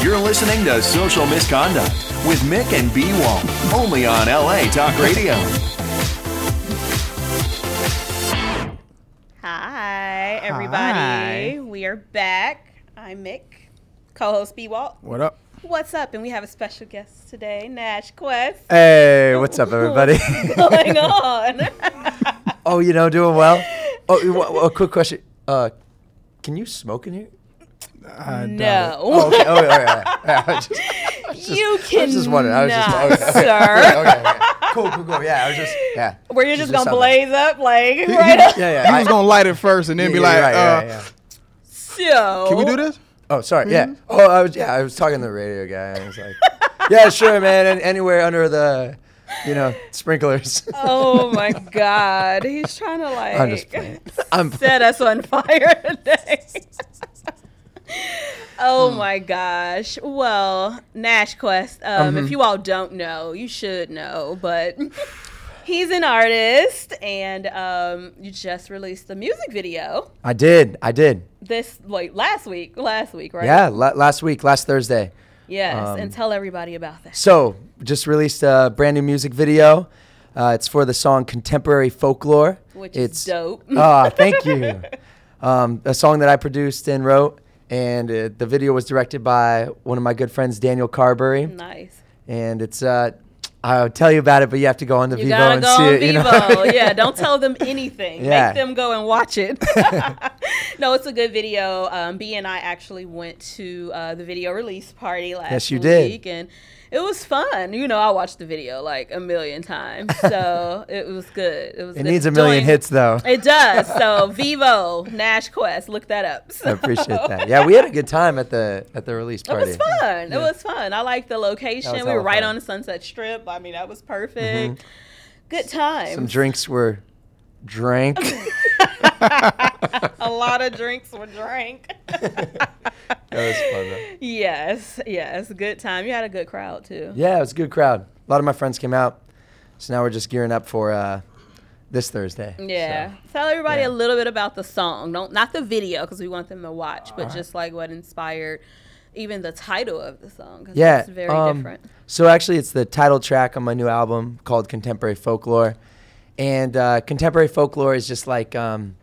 You're listening to Social Misconduct with Mick and B Wall, only on LA Talk Radio. Hi, everybody. Hi. We are back. I'm Mick, co host B Walt. What up? What's up? And we have a special guest today, Nash Quest. Hey, what's up, everybody? What's going on? oh, you know, doing well. Oh, you wa- a quick question. Uh, can you smoke in here? I doubt it. no. Oh, okay. Oh, yeah, yeah, yeah. I was just, I was just- you I can. was just wondering. I was just okay, okay, sir. okay, okay, okay. Cool, cool, cool. Yeah, I was just yeah. Where you're just, gonna something. blaze up, like, right up. Yeah, yeah. He was I- gonna light it first and then yeah, be yeah, like, right, uh, yeah, yeah. So. "Can we do this?" Oh, sorry. Yeah. Oh, I was yeah. I was talking to the radio guy. And I was like, yeah, sure, man. an- anywhere under the, you know, sprinklers. Oh my God. He's trying to, like, I'm just playing. I'm set us on fire today. Hmm. oh my gosh. Well, Nash Quest, um, Mm-hmm. if you all don't know, you should know, but he's an artist and um, you just released the music video I did. I did. this like last week, last week, right? Yeah. La- last week, last Thursday. Yes, Um, and tell everybody about that. So, just released a brand new music video. Uh, it's for the song "Contemporary Folklore," Which is it's, dope. Ah, thank you. Um, a song that I produced and wrote, and uh, the video was directed by one of my good friends, Daniel Carberry. Nice. And it's uh, I'll tell you about it, but you have to go on the You Vivo gotta and go see on it. you know? Vivo. yeah, don't tell them anything. Yeah. Make them go and watch it. no, it's a good video. Um, B and I actually went to uh, the video release party last Yes, you did. week, and it was fun. You know, I watched the video like a million times, so it was good. It was. it needs a million enjoying- hits though. It does. So Vivo Nash Quest, look that up. I appreciate that. Yeah, we had a good time at the at the release It party. was fun. It was fun. I liked the location. We hella were right fun. on the Sunset Strip. I mean, that was perfect. Good time. Mm-hmm. Some drinks were drank. a lot of drinks were drank. That was fun. Though. yes, yes, good time. You had a good crowd too. Yeah, it was a good crowd. A lot of my friends came out, so now we're just gearing up for uh, this Thursday. Yeah. So, Tell everybody yeah. a little bit about the song. Don't not the video because we want them to watch, but just like what inspired even the title of the song. 'cause yeah. it's very um, different. So actually, it's the title track on my new album called Contemporary Folklore, and uh, contemporary folklore is just like um,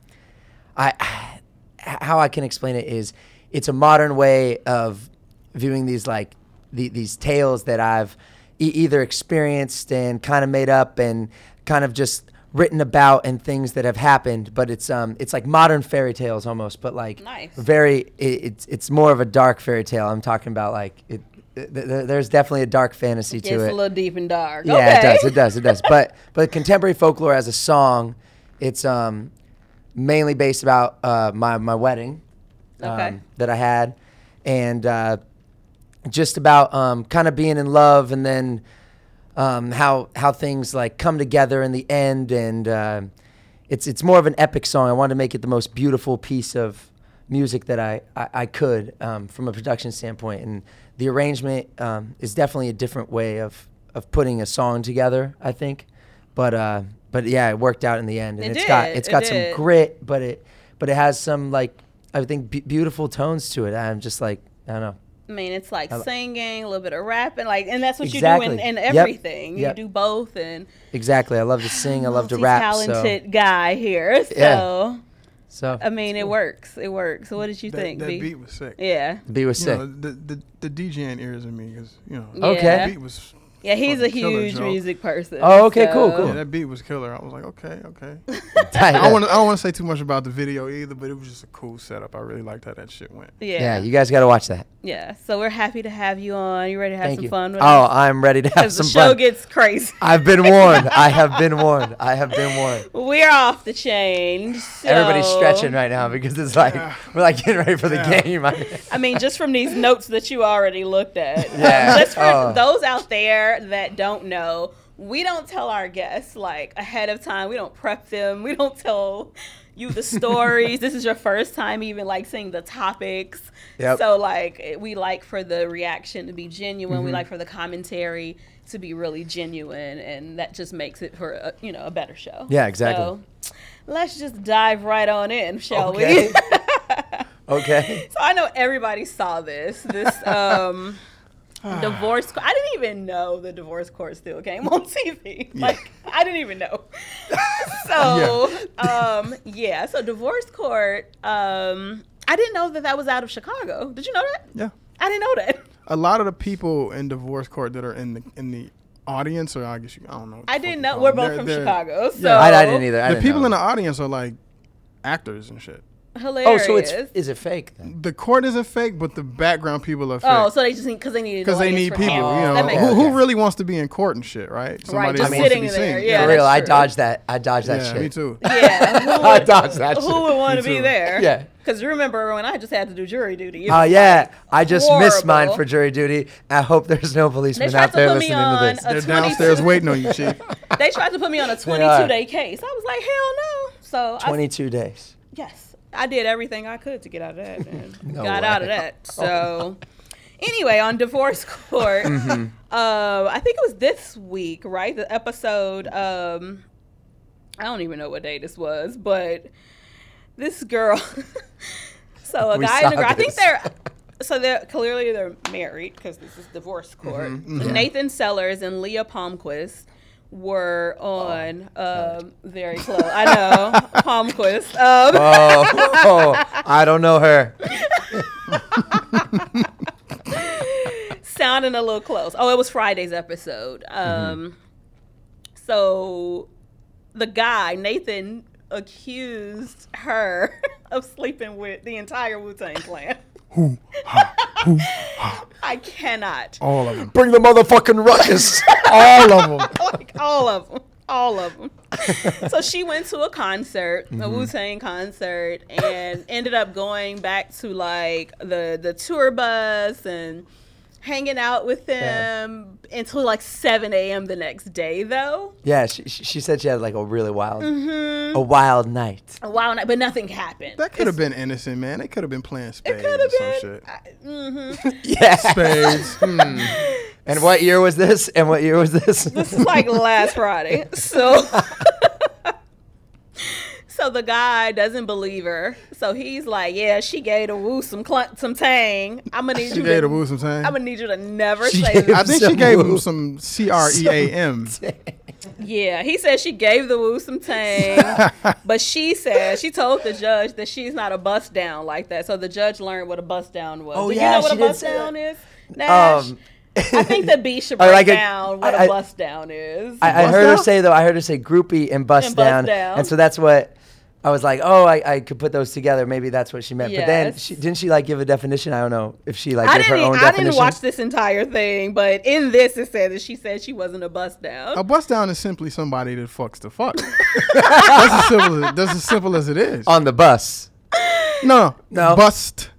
I how I can explain it is it's a modern way of viewing these like the, these tales that I've e- either experienced and kind of made up and kind of just written about and things that have happened but it's um it's like modern fairy tales almost but like Nice. very i it's it's more of a dark fairy tale i'm talking about like it th- th- there's definitely a dark fantasy It's to a it little deep and dark. yeah, okay. it does. It does. It does. but but contemporary folklore as a song, it's um mainly based about uh, my my wedding um, Okay. that I had, and uh, just about um, kind of being in love, and then um, how how things like come together in the end, and uh, it's it's more of an epic song. I wanted to make it the most beautiful piece of music that I I, I could um, from a production standpoint, and the arrangement um, is definitely a different way of of putting a song together. I think, but uh, but yeah, it worked out in the end, and It has got did, it's it got some did. grit, but it but it has some like I think be- beautiful tones to it. I'm just like I don't know. I mean, it's like singing, a little bit of rapping, like, and that's what you do Exactly. in, in Yep. everything. Yep. You do both, and Exactly. I love to sing. I love to rap. So, talented guy here. So. Yeah. so I mean, it works. It works. What did you That, think, that B? beat was sick. Yeah. B was You sick. know, the, the the DJing ears in me because you know Okay. that Yeah. beat was Yeah, he's a fucking killer, huge Joe. music person. Oh, okay, cool, so- cool. yeah that beat was killer. I was like okay okay. Tight. I don't want I don't want to say too much about the video either, but it was just a cool setup. I really liked how that shit went. yeah, Yeah. Yeah, you guys got to watch that. So we're happy to have you on. You ready to have Thank some you. fun with oh, us? I'm ready to have 'Cause the some show fun. gets crazy. I've been warned. I have been warned. I have been warned. We're off the chain. So, Everybody's stretching right now because it's like we're like getting ready for the Yeah. game. I mean, just from these notes that you already looked at. Um, Yeah. just for Oh. those out there that don't know, we don't tell our guests like ahead of time. We don't prep them. We don't tell you the stories. this is your first time even like seeing the topics. Yep. So like it- we like for the reaction to be genuine. Mm-hmm. We like for the commentary to be really genuine, and that just makes it for a, you know a better show. Yeah, exactly. So, let's just dive right on in, shall we? okay. Okay. So I know everybody saw this. This um, Ah. divorce. co- I didn't even know the divorce court still came on TV. Like I didn't even know. so um, yeah. So divorce court. Um, I didn't know that that was out of Chicago. Did you know that? Yeah. I didn't know that. A lot of the people in divorce court that are in the in the audience, or I guess you, I don't know. what the I fuck didn't you know. call We're them. both They're- from they're- Chicago, so I, I didn't either. I The didn't people know. in the audience are like actors and shit. Oh, Hilarious. so it's is it fake then? The court isn't fake, but the background people are fake. Oh, so they just need because they need because they need people, you know, That makes who, who sense. really wants to be in court and shit, right? Somebody just that wants to sitting be there, seen. yeah. For real, that's I true. dodged that. I dodged that yeah, shit. me too. yeah. Who I would- dodged that shit. Who would want to Me be too. there? Yeah. Because remember when I just had to do jury duty? it Oh was yeah, I just missed mine horrible. for jury duty. I hope there's no They policemen tried out to there put me listening to on this. a They're downstairs 22. waiting on you, chief. They tried to put me on a 22 day case. I was like, hell no. So I, 22 days. yes, I did everything I could to get out of that and No got way. out of that. So anyway, on divorce court, Mm-hmm. uh, I think it was this week, right? The episode. Um, I don't even know what day this was, but this girl. so a We guy and a saw girl. I think this. they're. So they're clearly they're married because this is divorce Mm-hmm. court. Nathan Sellers and Leah Palmquist were Oh, on um, very close. I know Palmquist. Um, Oh, Ah. oh, I don't know her. sounding a little close. Oh, it was Friday's episode. Um, so the guy Nathan accused her of sleeping with the entire Wu Tang Clan. I cannot. All of them. Bring the motherfucking ruckus. All of them. like all of them, all of them. so she went to a concert, a Mm-hmm. Wu Tang concert, and ended up going back to like the the tour bus and hanging out with them until like 7 a.m. the next day, though. yeah, she, she she said she had like a really wild, Mm-hmm. a wild night. Wow, and I- but nothing happened. That could have been innocent, man. They could have been playing spades could or have some been. shit. Yeah. Spades. hmm. And what year was this? And what year was this? This is like last Friday. So So the guy doesn't believe her. So he's like, "Yeah, she gave the woo some clunt, some tang. I'm gonna need She you gave to the woo some tang. I'm gonna need you to never She say gave- that. I think she Some gave woo. him some C R E A M. Yeah, he said she gave the woo some tang, but she said she told the judge that she's not a bust down like that. So the judge learned what a bust down was. Oh, Do yeah, you know what she a did bust say down is? Nash? um, I think the B should I break like it. down what a I- I- bust down is. I, I Bust heard her down? say though. I heard her say groupie and bust, And bust down, down. and so that's what I was like. Oh, I, I could put those together. Maybe that's what she meant. But then Yes. she didn't she like give a definition. I don't know if she like I gave her didn't. e- own I definition. didn't watch this entire thing, but in this it said that she said she wasn't a bust down. A Oh, bust down is simply somebody that fucks the fuck. that's, as simple as, that's as simple as it is. on the bus. no, Uh, No. Bust.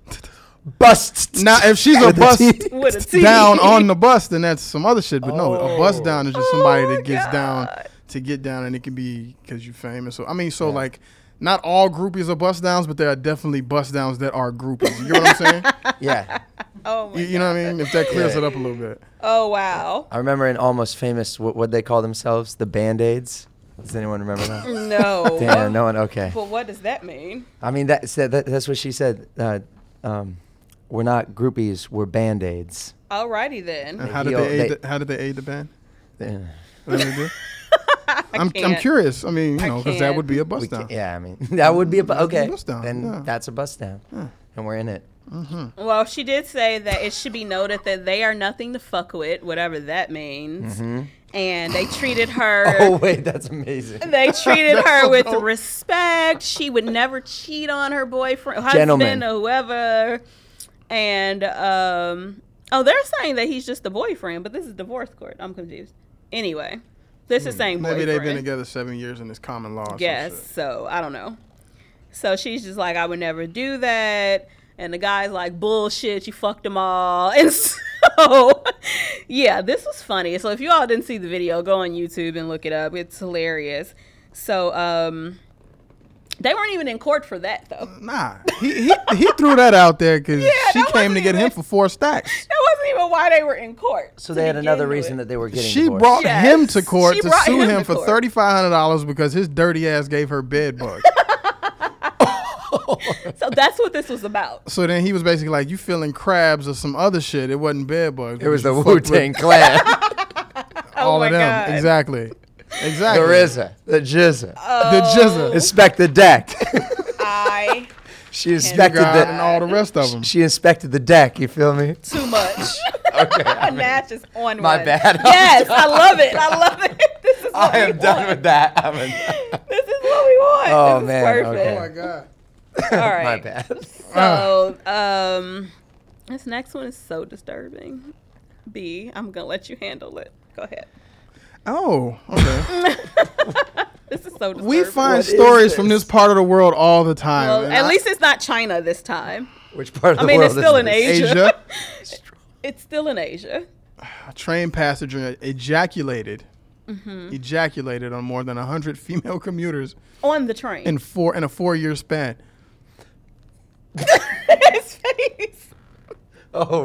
Bust. Now, if she's a With the bust T. with a T. down on the bus, then that's some other shit. But no, a bust Oh. down is just somebody Oh my that gets down God. to get down, and it can be because you're famous. So I mean, so like, not all groupies are bust downs, but there are definitely bust downs that are groupies. You know what I'm saying? Yeah, Oh my you, you know what I mean? If that clears Yeah. it up a little bit. Oh wow. I remember in Almost Famous what what they call themselves, the Band Aids. Does anyone remember that? No. Damn, no one. Okay. But what does that mean? I mean that, that that's what she said. Uh, um, we're not groupies. We're Band Aids. Alrighty then. And how did heal- they aid? they- the, how did they aid the band? Yeah. What did they do? I'm I'm can't. curious. I mean, you know, because that can't. would be a We bust down. ca- yeah, I mean that would be a bu- That's a okay. bust down, Then yeah. that's a bust down, and we're in it. Well, she did say that it should be noted that they are nothing to fuck with, whatever that means. And they treated her. Mm-hmm. Oh wait, that's amazing. They treated her so with dope. respect. She would never cheat on her boyfriend, husband, Gentleman. or whoever. And um, oh, they're saying that he's just the boyfriend, but this is divorce court. I'm confused. Anyway, this Hmm. is saying Maybe boyfriend. they've been together seven years and it's common law. or some Yes, shit. so I don't know. So she's just like, I would never do that. And the guy's like, bullshit, you fucked them all. And so, yeah, this was funny. So if you all didn't see the video, go on YouTube and look it up. It's hilarious. So, um, they weren't even in court for that, though. Nah, he, he, he threw that out there because she that came wasn't to get even- him for four stacks. That wasn't even why they were in court. to So they had begin another with. reason that they were getting She divorced. brought Yes. him to court She to brought sue him him, to for court. thirty five hundred dollars because his dirty ass gave her bed bugs. So that's what this was about. So then he was basically like, "You feeling crabs or some other shit? It wasn't bed bugs. It was the You Wu fucked with Tang Clan, All Oh my of them, God. exactly, the exactly. RZA, the the Jizza. Oh. jizzer, Inspect the deck. I she inspected God, and the. all the rest of them. She inspected the deck. You feel me? too much. Okay, Nash is on My one. bad. I'm Yes, I love it. I love it. This is what I we am done want. with that. I'm a- This is what we want. Oh, this man, is okay. perfect. Oh, my Oh God. Uh. All right. my bad. So, um, this next one is so disturbing. B, I'm gonna let you handle it. Go ahead. Oh, okay. This is so disturbing. we find is stories from this? this part of the world all the time. Well, and at I- least it's not China this time. Which part of I the mean, world? it's still is in this? Asia. Asia, It's still in Asia. a train passenger ejaculated, Mm-hmm. ejaculated on more than hundred female commuters On the train. in four in a four-year span. His face. Oh,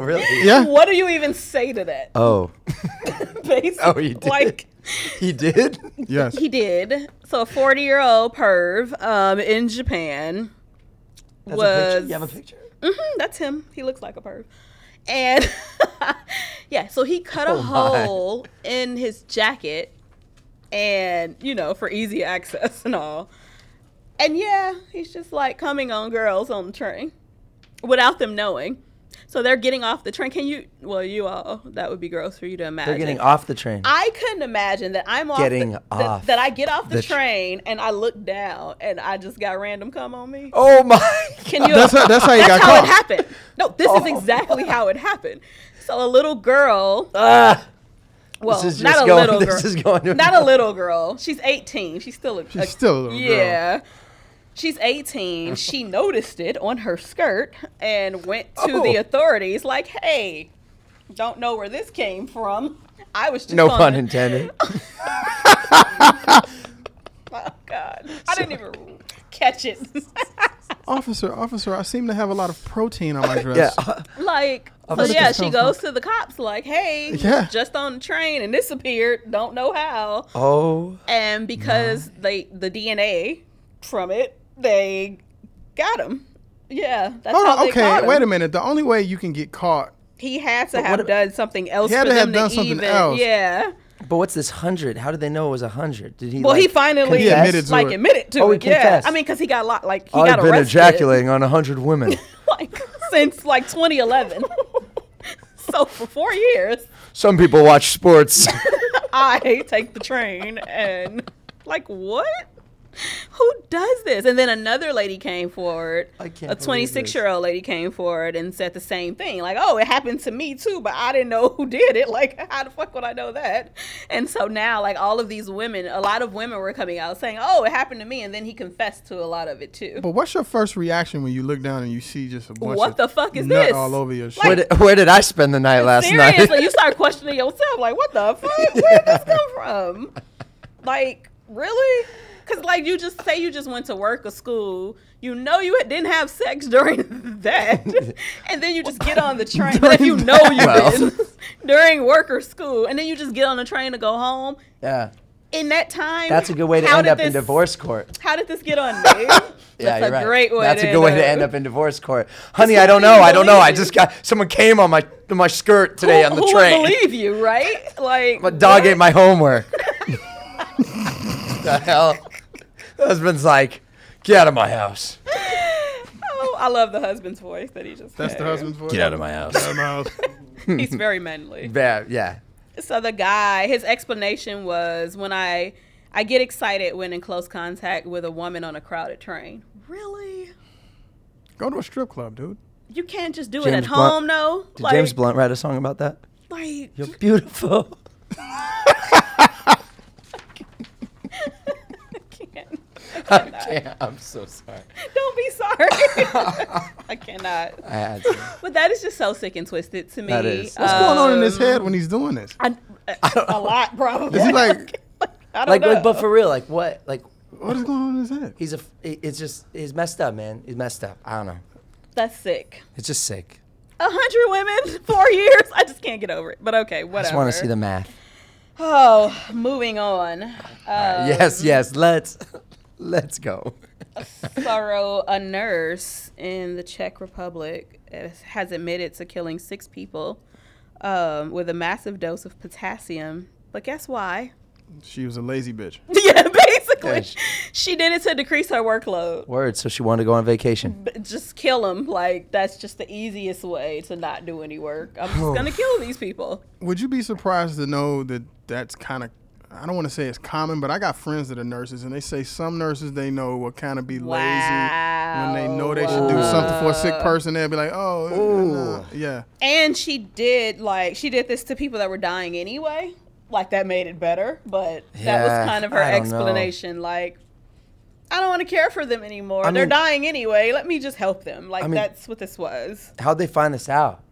really? Yeah, What do you even say to that? Oh, Basically, Oh, he did. Like, he did. yes. he did. So, a 40 year old perv um, in Japan That's a was. picture. You have a picture? Mhm, that's him. He looks like a perv. And yeah, so he cut a Oh, my. hole in his jacket and, you know, for easy access and all. And yeah, he's just like coming on girls on the train without them knowing. So they're getting off the train. Can you, well, you all, that would be gross for you to imagine. They're getting off the train. I couldn't imagine that I'm off Getting the, that- off That, I get off the, the tr- train and I look down and I just got random come on me. oh my! Can you? That's how- that's how you got how caught. it happened. No, this Oh. is exactly how it happened. So a little girl. uh, Ah, Well, is just not a going- little girl. this is going to- not a little girl. She's 18. She's still a. She's still a little girl. Yeah. She's 18. She noticed it on her skirt and went to the Oh. authorities like, "Hey, don't know where this came from. I was just no on pun the- intended. Oh God, I didn't even catch it. Officer, officer, I seem to have a lot of protein on my dress. yeah. uh, like so where did yeah this she come from? goes to the cops like hey Yeah. Uh, just on the train and disappeared don't know how Oh, and because they the dna from it they got him yeah that's Hold how on, they Oh, okay, caught him. wait a minute. The only way you can get caught, he had to have what- done something else He had for to have them done to something even else. yeah but what's this hundred? How did they know it was a hundred? Did he? well like, he finally He admitted to like it. admitted to Oh, he it yeah confessed. i mean because he got a lot like he Oh, I've got been arrested ejaculating on a hundred women. like since like 2011 so for four years Some people watch sports. I take the train and like what? Who does this? And then another lady came forward. I can't a believe 26 year old lady came forward and said the same thing. Like, oh, it happened to me too, but I didn't know who did it. Like, how the fuck would I know that? And so now, like, all of these women, a lot of women were coming out saying, oh, it happened to me. And then he confessed to a lot of it too. but what's your first reaction when you look down and you see just a bunch What of the fuck is nut this? all over your shit? where, did, where did I spend the night last Seriously, night? you start questioning yourself. Like, what the fuck? Where did this come from? Like, really? Because, like, you just say you just went to work or school. You know you didn't have sex during that. and then you just get on the train. But if you know you Well. didn't during work or school. And then you just get on the train to go home. yeah, In that time, that's a good way to how end did up in this- divorce court. How did this get on me? Yeah, that's you're a right. great way That's to a good way to end up in divorce court. Honey, I don't know. I don't know. I believe just got someone came on my on my skirt today who, on the who train. Would believe you, right? Like, My dog what? ate my homework. the hell? The husband's like, get out of my house. Oh, I love the husband's voice that he just. That's the had. husband's voice. Get out of my house. Out of my house. He's very manly. Yeah, yeah. So the guy, his explanation was when I I get excited when in close contact with a woman on a crowded train. Really? Go to a strip club, dude. You can't just do it at James Blunt- home, no. Did James Blunt write a song about that? Like, You're beautiful. I can't. I can't. I'm so sorry. Don't be sorry. I cannot. I had to. But that is just so sick and twisted to me. Uh, That is. What's going on in his Um, head when he's doing this? I, a, a lot, probably. Is he like, I don't Like, know. like, but for real, like, what? Like, what is going on in his head? he's a. f- it- It's just. He's messed up, man. He's messed up. I don't know. That's sick. It's just sick. A hundred women, four years. I just can't get over it. But okay, whatever. I just want to see the math. Oh, moving on. Uh, yes, yes. Let's let's go. Sorrow, a nurse in the Czech Republic, is- has admitted to killing six people um, with a massive dose of potassium. But guess why? She was a lazy bitch. yeah, basically, Yeah, sh- she did it to decrease her workload. Word. So she wanted to go on vacation. But just kill them. Like that's just the easiest way to not do any work. I'm just gonna kill these people. Would you be surprised to know that that's kind of I don't want to say it's common, but I got friends that are nurses, and they say some nurses they know will kind of be lazy when they know they should do Wow. something for a sick person. They'll be like, "Oh, nah." yeah." And she did like she did this to people that were dying anyway. Like that made it better, but that Yeah, was kind of her I don't know. explanation. Like, I don't want to care for them anymore. I They're mean- dying anyway. Let me just help them. Like I mean- that's what this was. How'd they find this out?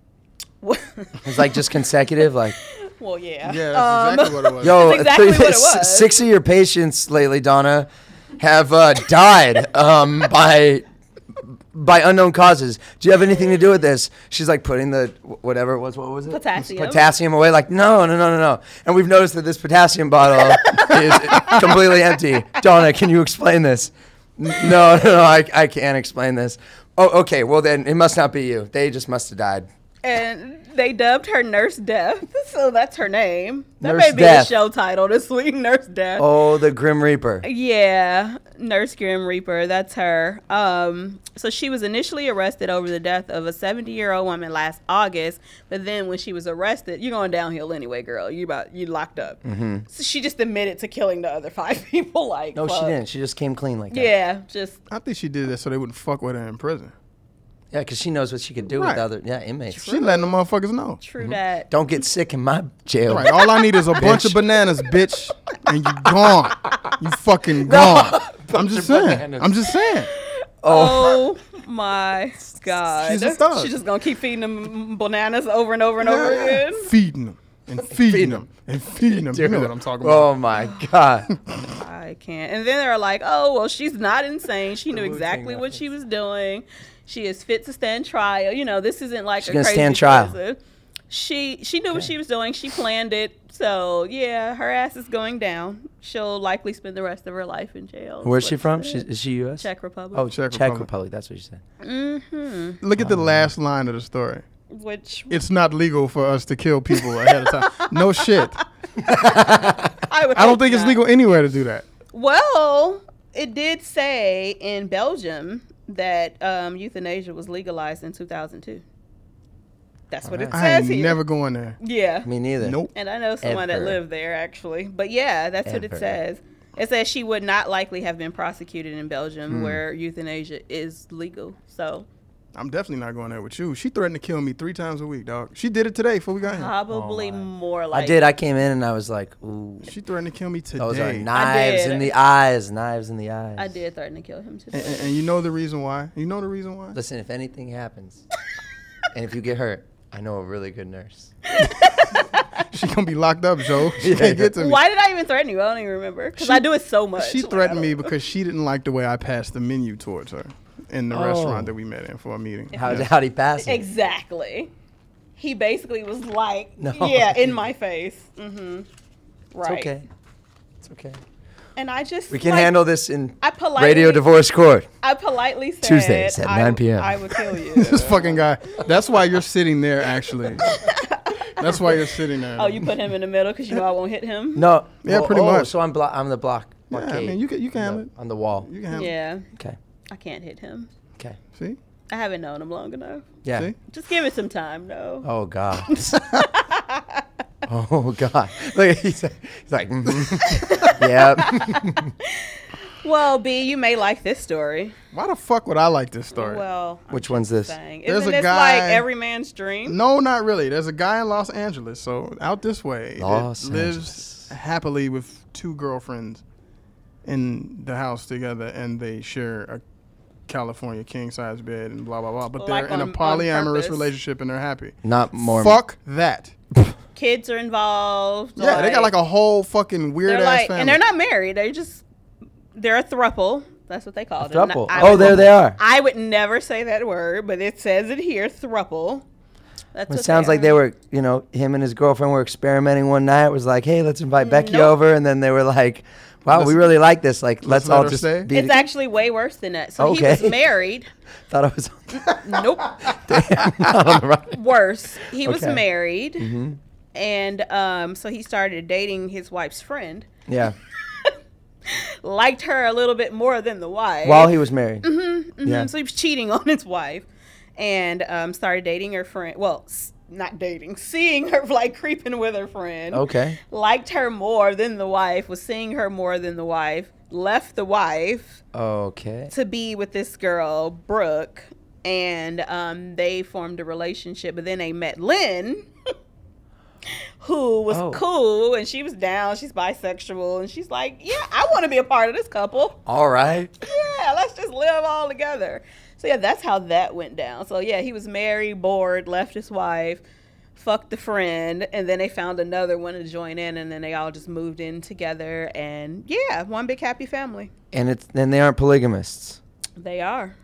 It's like just consecutive. Like, well, yeah. Yeah, that's exactly what it was. Um, yo, That's exactly what it was. six of your patients lately, Donna, have uh, died um, by by unknown causes. Do you have anything to do with this? She's like putting the whatever it was. What was it? Potassium. Potassium away. Like, no, no, no, no, no. And we've noticed that this potassium bottle is completely empty. Donna, can you explain this? N- No, no, no. I, I can't explain this. Oh, okay. Well, then it must not be you. They just must have died. And they dubbed her Nurse Death, so that's her name. That Nurse may be Death. the show title this week, Nurse Death. Oh, the Grim Reaper. Yeah, Nurse Grim Reaper, that's her. Um, so she was initially arrested over the death of a 70 year old woman last August, but then when she was arrested, you're going downhill anyway, girl. You about you locked up. So she just admitted to killing the other five people. Like No, she fuck. didn't. She just came clean like that. Yeah, just I think she did that so they wouldn't fuck with her in prison. Yeah, because she knows what she could do with Right. other yeah inmates. She letting the motherfuckers know. true that. Don't get sick in my jail. Right. All I need is a bunch of Bitch. bananas, bitch, and you gone. You fucking gone. I'm just of saying. bananas. I'm just saying. Oh my god, She's a thug. She's just gonna keep feeding them bananas over and over and over again. Feeding them and feeding them and feeding them. You know what I'm talking about. Oh my god. I can't. And then they're like, oh, well, she's not insane. She knew exactly what she was doing. She is fit to stand trial. You know, this isn't like a gonna crazy stand trial. prison. She she knew what she was doing. She planned it. So yeah, her ass is going down. She'll likely spend the rest of her life in jail. Where's But she from? She, is she U.S.? Czech Republic. Oh, Czech Czech, Republic. Republic. That's what you said. Look at Oh, the last line of the story. Which It's not legal for us to kill people ahead of time. No shit. I would. I don't think it's not. legal anywhere to do that. Well, it did say in Belgium that um, euthanasia was legalized in 2002. That's what it I says ain't here. never going there. yeah. Me neither. Nope. And I know someone Ever. that lived there actually. But yeah, that's what it Ever. says. It says she would not likely have been prosecuted in Belgium Hmm. where euthanasia is legal. So I'm definitely not going there with you. She threatened to kill me three times a week, dog. She did it today before we got here. Oh, probably more I like did. I came in and I was like, ooh, She threatened to kill me today. those are knives did. in the eyes, knives in the eyes. I did threaten to kill him too. And, and- and you know the reason why? You know the reason why? Listen, if anything happens, and if you get hurt, I know a really good nurse. She gonna be locked up, Joe. She can't get to me. Why did I even threaten you? I don't even remember because I do it so much. She Like, I threatened me don't- because she didn't like the way I passed the menu towards her in the restaurant that we met in for a meeting. How Yeah. how'd he pass it? Exactly. He basically was like, No. yeah, in my face. Mm-hmm. Right. It's okay. It's okay. And I just We can like, handle this in I politely radio divorce court. I politely said Tuesdays at I- 9 p.m.. I would kill you. This fucking guy. That's why you're sitting there, actually. That's why you're sitting there. Oh, you put him in the middle because you know I won't hit him. No. Yeah, well, pretty oh, much. So I'm blo- I'm the block. Yeah, I blockade mean, you can, you can on handle the- it. on the wall. You can handle it. Yeah, Okay. I can't hit him. Okay. See? I haven't known him long enough. Yeah. See? Just give it some time, though. Oh God. oh God. Look, he's, he's like, mhm. yeah. Well, B, you may like this story. Why the fuck would I like this story? Well, I'm Which one's this? saying, There's isn't a this like guy- every man's dream? No, not really. There's a guy in Los Angeles, so out this way, that Los lives happily with two girlfriends in the house together, and they share a California king size bed and blah blah blah. But Like they're on- in a on polyamorous purpose. relationship and they're happy. Not more. Fuck that. Kids are involved. Yeah, they got like a whole fucking weird They're ass like, family. and they're not married. They just they're a thruple. That's what they call it. Thruple. I Oh, would- there they are. I would never say that word, but it says it here, thruple. That's It what sounds they like are. they were, you know, him and his girlfriend were experimenting one night. It was like, hey, let's invite Becky Nope. over, and then they were like, wow, we Let's- really like this. Like, let's, let all her just stay. be. It's actually way worse than that. So he Okay. was married. thought I was. Nope. not on the right. Worse. He was Okay. Mm-hmm. married. And um, so he started dating his wife's friend. Yeah, Liked her a little bit more than the wife. while he was married. yeah. Mhm, So he was cheating on his wife and um, started dating her friend. Well, s- not dating, seeing her, like creeping with her friend. Okay. Liked her more than the wife, was seeing her more than the wife, left the wife Okay. to be with this girl, Brooke, and um, they formed a relationship. But then they met Lynn, who was Oh. cool and she was down. She's bisexual. And she's like, Yeah, I want to be a part of this couple All right. yeah, let's just live all together. So yeah, that's how that went down. So yeah, he was married, bored, left his wife, fucked the friend, and then they found another one to join in, and then they all just moved in together, and yeah, one big happy family. And it's and they aren't polygamists. They are.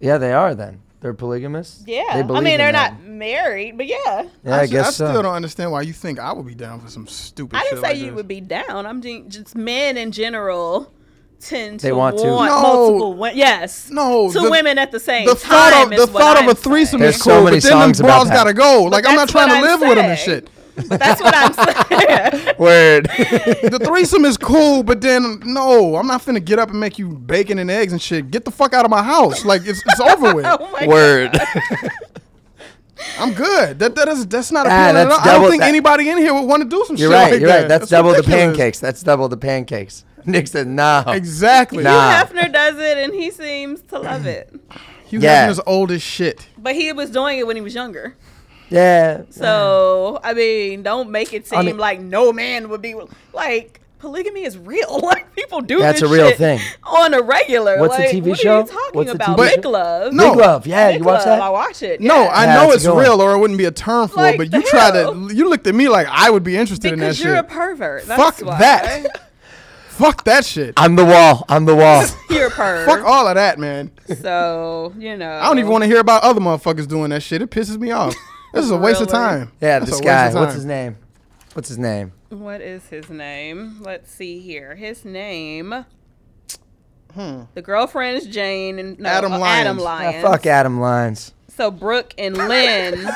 Yeah, they are. Then they're polygamists. Yeah, They I believe mean in they're that. not married, but yeah. Yeah, I, ju- guess I so. still don't understand why you think I would be down for some stupid. I didn't shit say like you this. would be down. I'm ju- just men in general tend to They want to. No. multiple wo- yes No, two the- women at the same The time. thought of is the what thought of I'm a threesome saying. is There's so cool, many but then songs the about bras gotta that. go. Like I'm not that's trying to what I'm live with him and saying. shit. But that's what I'm saying. Word. The threesome is cool, but then no, I'm not finna get up and make you bacon and eggs and shit. Get the fuck out of my house. Like it's, it's over with. Oh my Word. I'm good. That that is that's not Ah, appealing at that's all. I don't double- think that- anybody in here would want to do some You're shit right. like you're that. right. That's, double the ridiculous. pancakes. That's double the pancakes. Nick said no. Exactly. Nah. Ah. Hugh Hefner does it, and he seems to love it. Hugh Yeah. Hefner's old as shit. But he was doing it when he was younger. Yeah. So I mean, don't make it seem Mm. I mean- like no man would be like polygamy is real. Like people do. That's this a real shit thing. on a regular. What's the like, TV what Are show? you talking What's the about TV Big show? Love. No. Big Love. Yeah, you watch I that? watch it. No, yeah. I Yeah, know that's a it's good one. real, or it wouldn't be a term for Like, it. But the you try hell? to, you looked at me like I would be interested in that because you're shit. a pervert. That's Fuck why. that. Fuck that shit. I'm the wall. I'm the wall. You're a pervert. Fuck all of that, man. So you know. I don't even want to hear about other motherfuckers doing that shit. It pisses me off. This is a waste of Really? time. Yeah, That's this a waste guy. of What's time. his name? What's his name? What is his name? Let's see here. His name. The girlfriend is Jane and no, Adam uh, Lyons. Adam Ah, Ah, Lyons. Hmm. fuck Adam Lines. So Brooke and Lynn.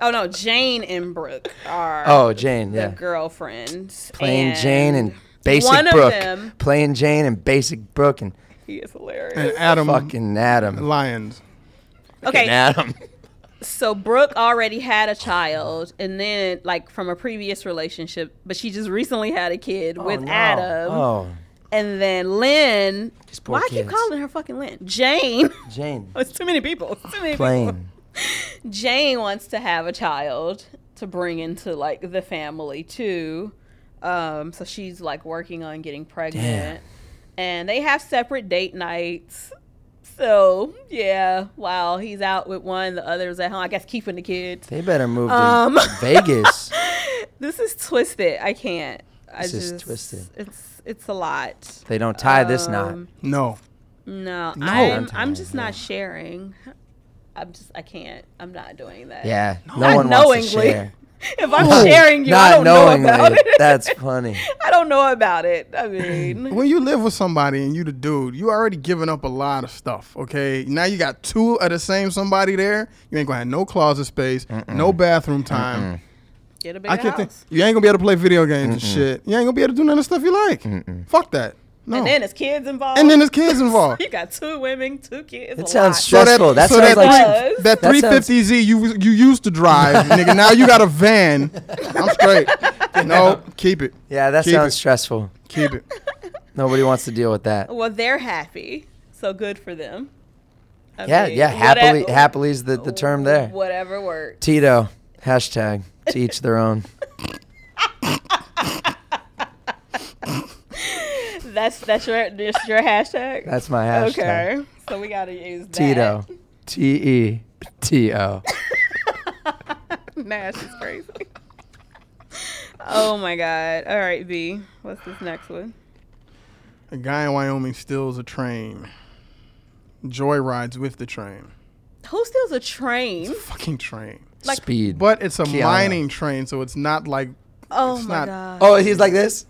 oh no, Jane and Brooke are Oh, Jane. the Yeah. girlfriends. Playing Jane and Basic one Brooke. of them. Playing Jane and Basic Brooke and He is hilarious. And Adam fucking Adam. Lyons. Okay, Adam. so Brooke already had a child, and then like from a previous relationship, but she just recently had a kid with Adam. Oh, And then Lynn. These poor Why I keep kids. calling her fucking Lynn? Jane. Jane. It's too many people. It's too many people. Plain. Jane wants to have a child to bring into like the family too. Um, so she's like working on getting pregnant. Damn. And they have separate date nights. So yeah, while he's out with one, the other's at home. I guess keeping the kids. They better move to Um. Vegas. This is twisted. I can't. I This is just, twisted. It's it's a lot. They don't tie this um, knot. No. No, No. I'm I'm just not sharing. I'm just I can't. I'm not doing that. Yeah. No, Not one wants to knowingly. share. If I'm sharing you, I Not don't knowingly. know about it. That's funny. I don't know about it. I mean, When you live with somebody and you the dude, you already given up a lot of stuff, okay? Now you got two of the same somebody there. You ain't gonna have no closet space, no bathroom time. get a bigger I can't think house. you ain't gonna be able to play video games and shit. You ain't gonna be able to do none of the stuff you like. Fuck that. No. And then it's kids involved. And then there's kids involved. you got two women, two kids. It a sounds lot. stressful. That like- sounds three- that That sounds- 350Z you you used to drive, nigga. Now you got a van. I'm straight. No, keep it. Yeah, that Keep sounds it. stressful. Keep it. Nobody wants to deal with that. Well, they're happy, so good for them. I Yeah, mean, yeah. Happily, whate- happily is the, the term there. Whatever works. Tito, hashtag to each their own. That's that's your just your hashtag. That's my hashtag. okay. So we gotta use that. Tito, T E T O. Nash is crazy. oh my god. All right, B. What's this next one? A guy in Wyoming steals a train. Joyrides with the train. Who steals a train? Fucking train. Like- Speed. But it's a Keanu. mining train, so it's not like. Oh it's my not- god! Oh, he's like this.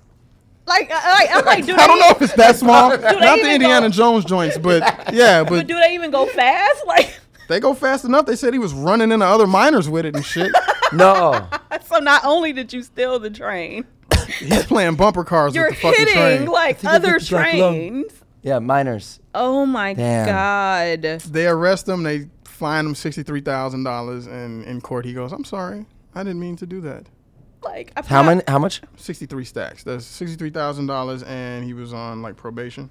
Like, I- like I'm like, do they, I don't know if it's that small. not even the go- Indiana Jones joints, but yeah, but do they even go fast? Like, they go fast enough. They said he was running into other miners with it and shit. No. so not only did you steal the train, He's playing bumper cars you're with the fucking hitting train. like I other hit the black lung. trains. yeah, minors. Oh my Damn. god! they arrest him. They fine him sixty three thousand dollars, and in court he goes, "I'm sorry, I didn't mean to do that." Like, I How thought- many? How much? Sixty three stacks. That's sixty three thousand dollars, and he was on like probation.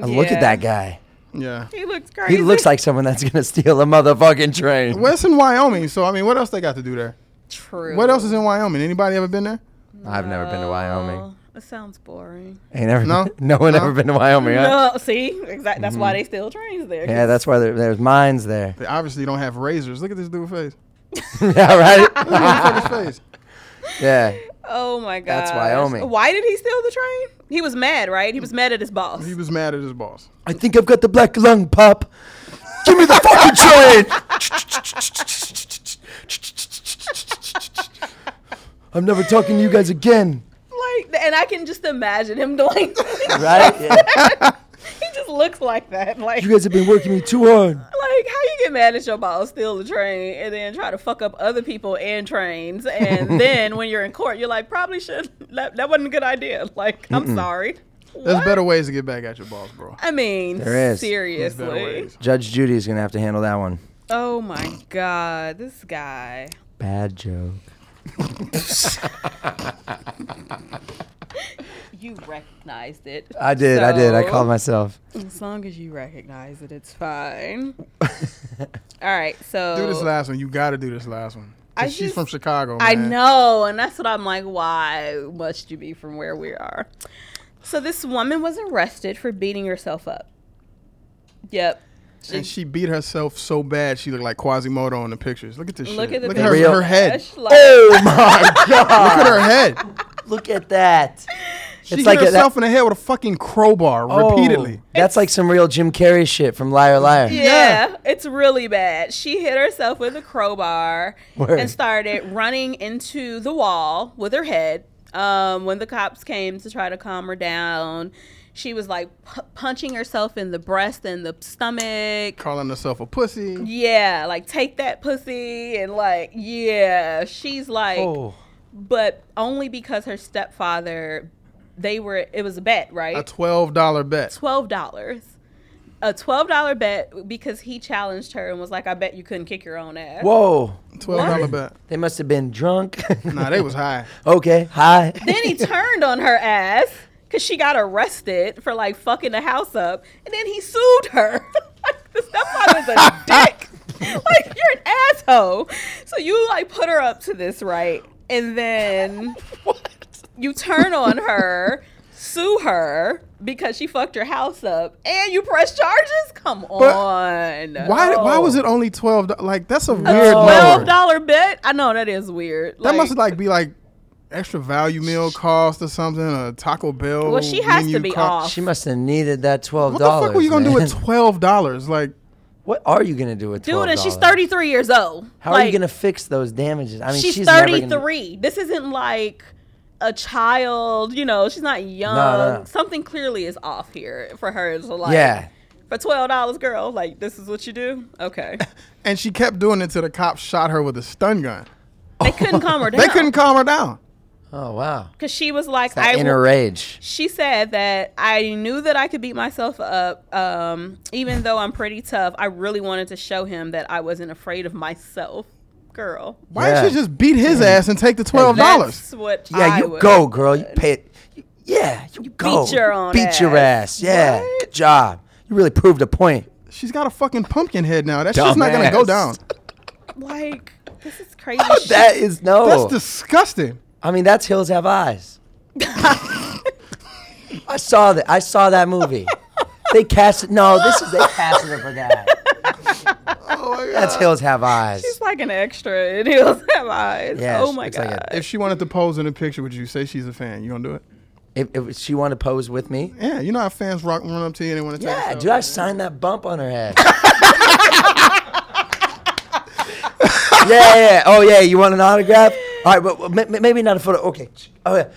Uh, Look Yeah. at that guy. Yeah, He looks crazy. He looks like someone that's gonna steal a motherfucking train. West in Wyoming. So I mean, what else they got to do there? true. What else is in Wyoming? Anybody ever been there? I've never been to Wyoming. Oh, that sounds boring. Ain't ever. No? No one No? ever been to Wyoming. huh? No, see, exactly. That's why they steal trains there. 'cause Mm-hmm. Yeah, that's why there, there's mines there. They obviously don't have razors. Look at this dude's face. yeah, right. Look at his face. yeah. Oh my god. That's Wyoming. Why did he steal the train? He was mad, right? He was mad at his boss. He was mad at his boss. I think I've got the black lung, pop. Give me the fucking train. I'm never talking to you guys again. Like, and I can just imagine him doing. Right? Yeah. he just looks like that. Like, You guys have been working me too hard. like how you get mad at your boss, steal the train, and then try to fuck up other people and trains, and then when you're in court, you're like, probably should. That, that wasn't a good idea. Like, I'm sorry. There's What? better ways to get back at your boss, bro. I mean, There There's is. better seriously. ways. Judge Judy's gonna have to handle that one. Oh my god, this guy. Bad joke. You recognized it. I did. I did. I So- called myself. As long as you recognize it, it's fine. All right, so Do this last one. You got to do this last one. 'Cause I she's just- from Chicago. I man. know, and that's what I'm like. Why must you be from where we are? So this woman was arrested for beating herself up. Yep. And she beat herself so bad she looked like Quasimodo in the pictures. Look at this Look shit. at the look big at her, Real- her head. flash, like- Oh my Look god! at her head. Look at that. She It's hit like a- herself in the head with a fucking crowbar repeatedly. Oh, that's like some real Jim Carrey shit from Liar Liar. Yeah, it's really bad. She hit herself with a crowbar Word. and started running into the wall with her head. Um, when the cops came to try to calm her down, she was like p- punching herself in the breast and the stomach. Calling herself a pussy. Yeah, like take that pussy and like yeah, she's like Oh. but only because her stepfather they were it was a bet, right? A twelve dollar bet. twelve dollars. A twelve dollar bet because he challenged her and was like, "I bet you couldn't kick your own ass." Whoa. Twelve dollar bet. They must have been drunk. Nah, they was high. okay. Hi. Then he turned on her ass because she got arrested for like fucking the house up, and then he sued her. like the stepfather's a dick. like you're an asshole. So you like put her up to this, right? And then you turn on her, sue her because she fucked your house up, and you press charges. Come on. Oh. Why? Why was it only twelve? do- Like that's a weird Twelve number. That dollar bet. I know that is weird. Like, must like be like extra value meal cost or something. A Taco Bell. Well, she has to menu be cost. off. She must have needed that twelve What the dollars. fuck were you gonna do with twelve dollars? Like What are you gonna do with twelve dude, dollars? and she's thirty three years old. How are you Like, gonna fix those damages? I mean, she's, she's, never gonna- 33 this isn't like a child you know she's not young no. something clearly is off here for her to like yeah. for $12 girl like this is what you do okay And she kept doing it till the cops shot her with a stun gun. they couldn't calm her down They couldn't calm her down. Oh wow. because she was like That i inner will- rage. she said that I knew that I could beat myself up, um, even though I'm pretty tough. I really wanted to show him that I wasn't afraid of myself, girl. Why Yeah. didn't she just beat his ass and take the twelve dollars? That's what Yeah, I you would- go, girl. You pay it. You- yeah, you, go. your own Beat your ass. ass. Yeah. What? Good job. You really proved a point. She's got a fucking pumpkin head now. That shit's not gonna Dumbass. go down. Like this is crazy. That is no. Oh. That's disgusting. I mean, that's Hills Have Eyes. I saw that. I saw that movie. They cast it. No, this is they casted her for that. Oh my That's Hills Have Eyes. She's like an extra in Hills Have Eyes. Yeah, oh she my looks god. like a- If she wanted to pose in a picture, would you say she's a fan? You gonna do it? If, if she want to pose with me, Yeah, you know how fans rock run up to you and they want to take. yeah, a dude, I signed that bump on her head. yeah, yeah. Oh, yeah. You want an autograph? All right, but well, ma- ma- maybe not a photo. Okay. Oh, yeah.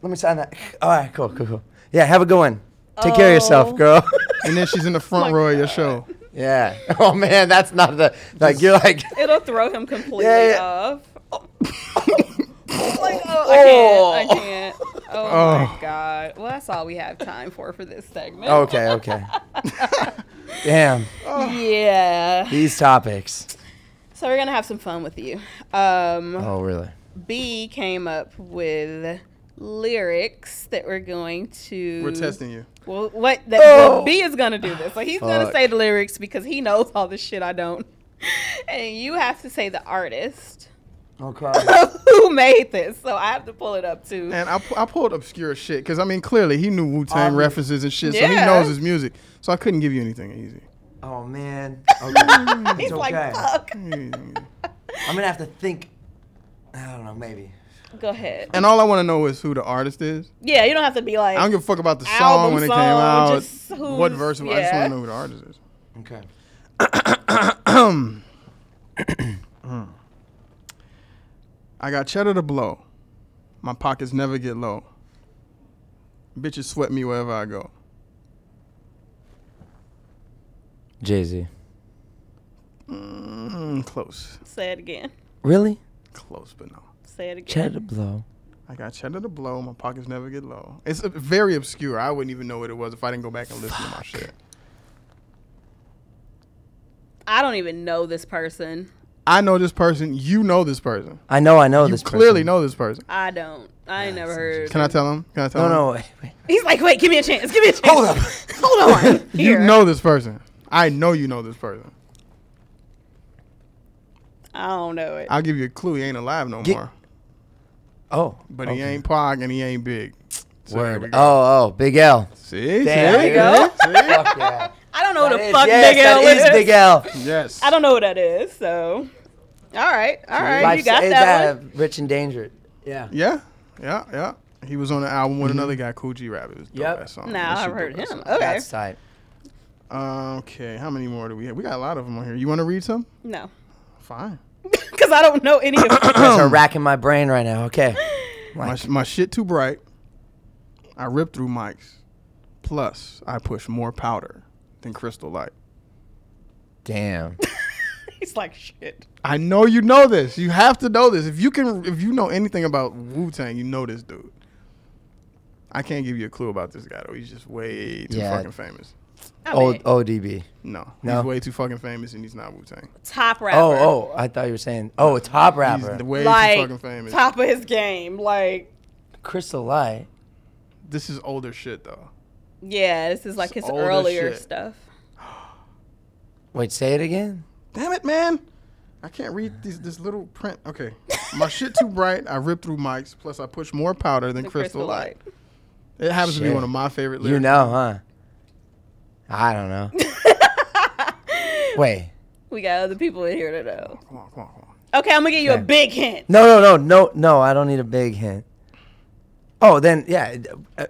Let me sign that. All right, cool, cool, cool. Yeah, have a good one. Take care of Oh. yourself, girl. and then she's in the front row of your show. yeah. Oh man, that's not the like. You're like, It'll throw him completely Yeah, yeah. off. like, oh, I can't. I Oh. can't. Oh, my God. Well, that's all we have time for for this segment. okay, okay. Damn, Yeah. these topics. So we're going to have some fun with you. Um, Oh, really? B came up with lyrics that we're going to. We're testing you. Well, what that Oh. well, B is gonna do this. So he's gonna Fuck. say the lyrics because he knows all the shit I don't, and you have to say the artist Okay. who made this. So I have to pull it up too. And I, pu- I pulled obscure shit because I mean clearly he knew Wu Tang Obvious. references and shit, so he Um, Yeah. knows his music. So I couldn't give you anything easy. Oh man. Okay. He's It's like, okay. fuck. I'm gonna have to think. I don't know. Maybe. Go ahead. And all I want to know is who the artist is. Yeah, you don't have to be like. I don't give a fuck about the song Album, when it song, came out, just who's- what verse. I just yeah. want to know who the artist is. Okay. I got cheddar to blow. My pockets never get low. Bitches sweat me wherever I go. Jay Z. Mm, close, say it again. Really? close, but no. Say it again. Cheddar blow. I got cheddar to blow. My pockets never get low. It's uh, very obscure. I wouldn't even know what it was if I didn't go back and listen to my shit. I don't even know this person. I know this person. You know this person. I know. I know You this. clearly person. know this person. I don't. I ain't never heard. Can I tell him? Can I tell No, him? no. Wait, wait. He's like, wait, give me a chance. Give me a chance. Hold up. Hold on. You Here. know this person. I know you know this person. I don't know it. I'll give you a clue. He ain't alive no Get- more. Oh. But he okay. ain't Pog and he ain't big. So here we Word. go. Oh, oh, Big L. See? Damn. See? There you go. See? Fuck yeah. I don't know That the is- fuck yes, Big L that is is. Big L. Yes. I don't know what that is. So, all right, all right, you Life's- got it's, that uh, one. Rich and Dangerous. Yeah. Yeah. Yeah. Yeah. He was on the album with another guy, Cool G Rabbit. It was dope Mm-hmm. Yep. ass song. Now That shit I've dope heard ass him. song. Okay, That's tight. Uh, okay. How many more do we have? We got a lot of them on here. You want to read some? no, Fine. because I don't know any of them. That's her racking my brain right now. Okay. My, sh- my shit too bright. I rip through mics. Plus, I push more powder than Crystal Light. Damn. He's like shit. I know you know this. You have to know this. If you can, if you know anything about Wu Tang, you know this dude. I can't give you a clue about this guy though. He's just way too Yeah. fucking famous. I O- mean, ODB. No, No? he's way too fucking famous, and he's not Wu Tang. top rapper. Oh, oh, I thought you were saying, oh, top He's rapper. the way too fucking like famous. top of his game. Like, Crystal Light. This is older shit though. yeah, this is like his It's older earlier shit. stuff. Wait, say it again? Damn it, man! I can't read these, this little print. Okay, my shit too bright. I rip through mics. Plus, I push more powder than The Crystal, Light. It happens to be Shit. one of my favorite. Lyrics. You know, huh? I don't know. Wait. We got other people in here to know. Come on, come on, come on. Okay, I'm gonna give you a Okay. big hint. No, no, no, no, no. I don't need a big hint. Oh, then, yeah. it- Uh,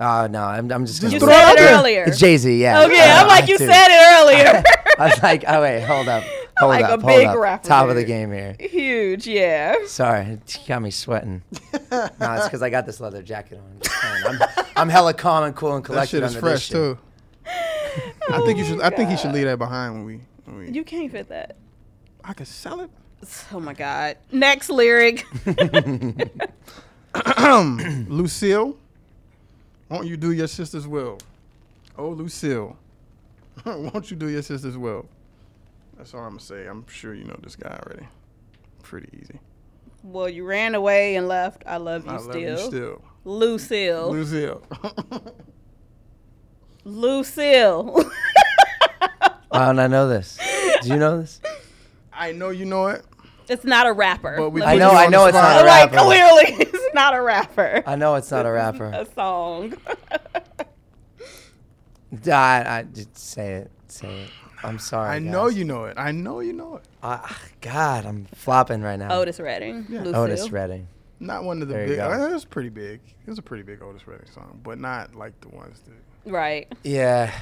uh, no, I'm, I'm just Just You going throw said it out there. earlier. It's Jay Z, yeah. Okay, Uh, I'm like I you too. said it earlier. I was like, oh wait, hold up, hold Like a up, big hold up. rapper Top of the dude. game here. Huge, yeah. Sorry, it got me sweating. no, it's because I got this leather jacket on. It's fine. I'm, I'm hella calm and cool and That collected shit is under fresh this shit. too. I think Oh you should. I think he should leave that behind when we. When we You can't fit that. I could sell it. Oh my god. Next lyric. Lucille, won't you do your sister's will? Oh, Lucille, won't you do your sister's will? That's all I'm gonna say. I'm sure you know this guy already. Pretty easy. Well, you ran away and left. I love you, I still. love you still, Oh. Lucille. Lucille. Lucille. Wow, and I know this. Do you know this? I know you know it, it's not a rapper. but we. Let put me- I know, you I on know the it's not spot. a like rapper. clearly it's not a rapper. I know it's not a a rapper. song. I, I just say it, say it. I'm sorry. I know guys. you know it. I know you know it. I- ah, God, I'm flopping right now. Otis Redding. Lucille. Otis Redding. Not one of the There you big. go. Uh, it was pretty big. It was a pretty big Otis Redding song, but not like the ones that. Right. Yeah,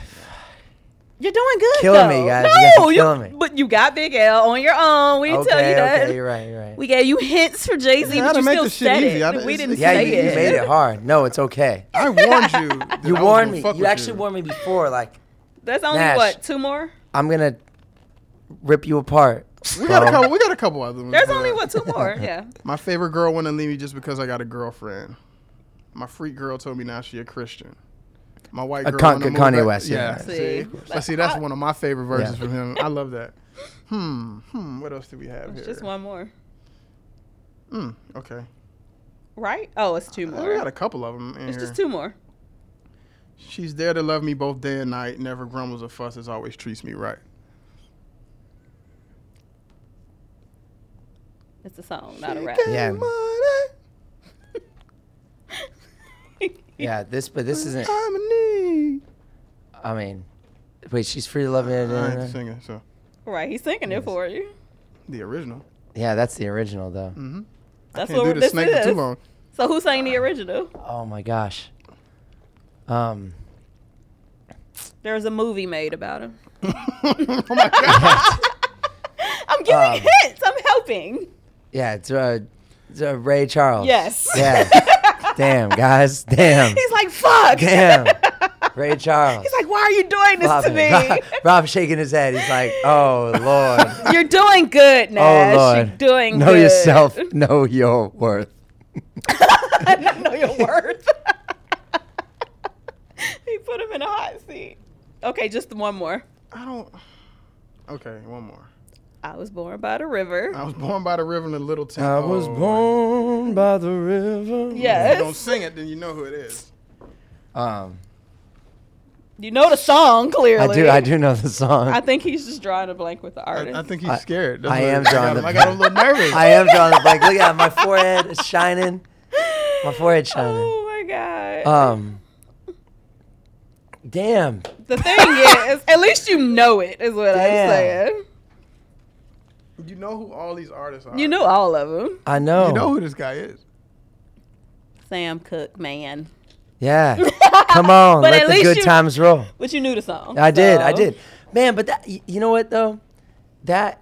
You're doing good. Killing me, though. guys. You guys No, are you, killing me. but you got Big L on your own. We didn't okay, tell you that. okay, you're right, you're right. We gave you hints for Jay Z, Yeah, I but done you make still this shit said easy. I it. done- We it's- didn't it's yeah, say you, you it. made it hard. No, it's okay. I warned you. that You I was warned gonna me. fuck You with actually warned me before. Like, That's only Nash. what two more. I'm gonna rip you apart. We got a bro. couple. We got a couple other ones. There's but- only what two more. Yeah. My favorite girl wouldn't leave me just because I got a girlfriend. My freak girl told me now she a Christian. My white A girl. con- wanna Kanye move back- West, Yeah. yeah. See, See? I see that's one of my favorite verses Yeah. from him. I love that. Hmm. Hmm. What else do we have here? It's just one more, Hmm. Okay. right? Oh, it's two Well, we got more. a couple of them in It's here. just two more. She's there to love me both day and night. Never grumbles or fusses. Always treats me right. It's a song, not a rap. Yeah. Money, Yeah, this, but this isn't. I'm in need. I mean, wait, she's free to love me. I ain't the singer, so Right, he's singing it for you. the original. Yeah, that's the original though. That's Can't what do the this snake for too is. long. So who sang the original? Oh my gosh. Um, There was a movie made about him. oh my god. I'm giving Um, hints. I'm helping. yeah, it's uh, it's, uh, Ray Charles. Yes. Yeah. damn, guys. Damn. He's like, fuck. damn. Ray Charles. He's like, why are you doing this Rob, to me? Rob, Rob shaking his head. He's like, "Oh Lord, You're doing good, Nash. oh Lord, You're doing know good. yourself, know your worth." I know your worth. he put him in a hot seat. Okay, just one more. I don't. Okay, one more. I was born by the river. I was born by the river in a little town. Oh, I was born by the river. If you don't yes. sing it, then you know who it is. Um, You know the song, I clearly. do. I do know the song. I I, think he's just drawing a blank with the I, artist. I think he's I- scared. I what it am is. drawing got- the- I got a little nervous. am drawing the blank. Look at it, my forehead is shining. My forehead shining. Oh my god. Um. Damn. the thing is, at least you know it, is what I'm Damn. saying. you know who all these artists are. You know all of them. I know. You know who this guy is. Sam Cooke, man. Yeah. Come on. But at let the least good you- times roll. But you knew the song. I did. I so- did. Man, but that. y- You know what though? That.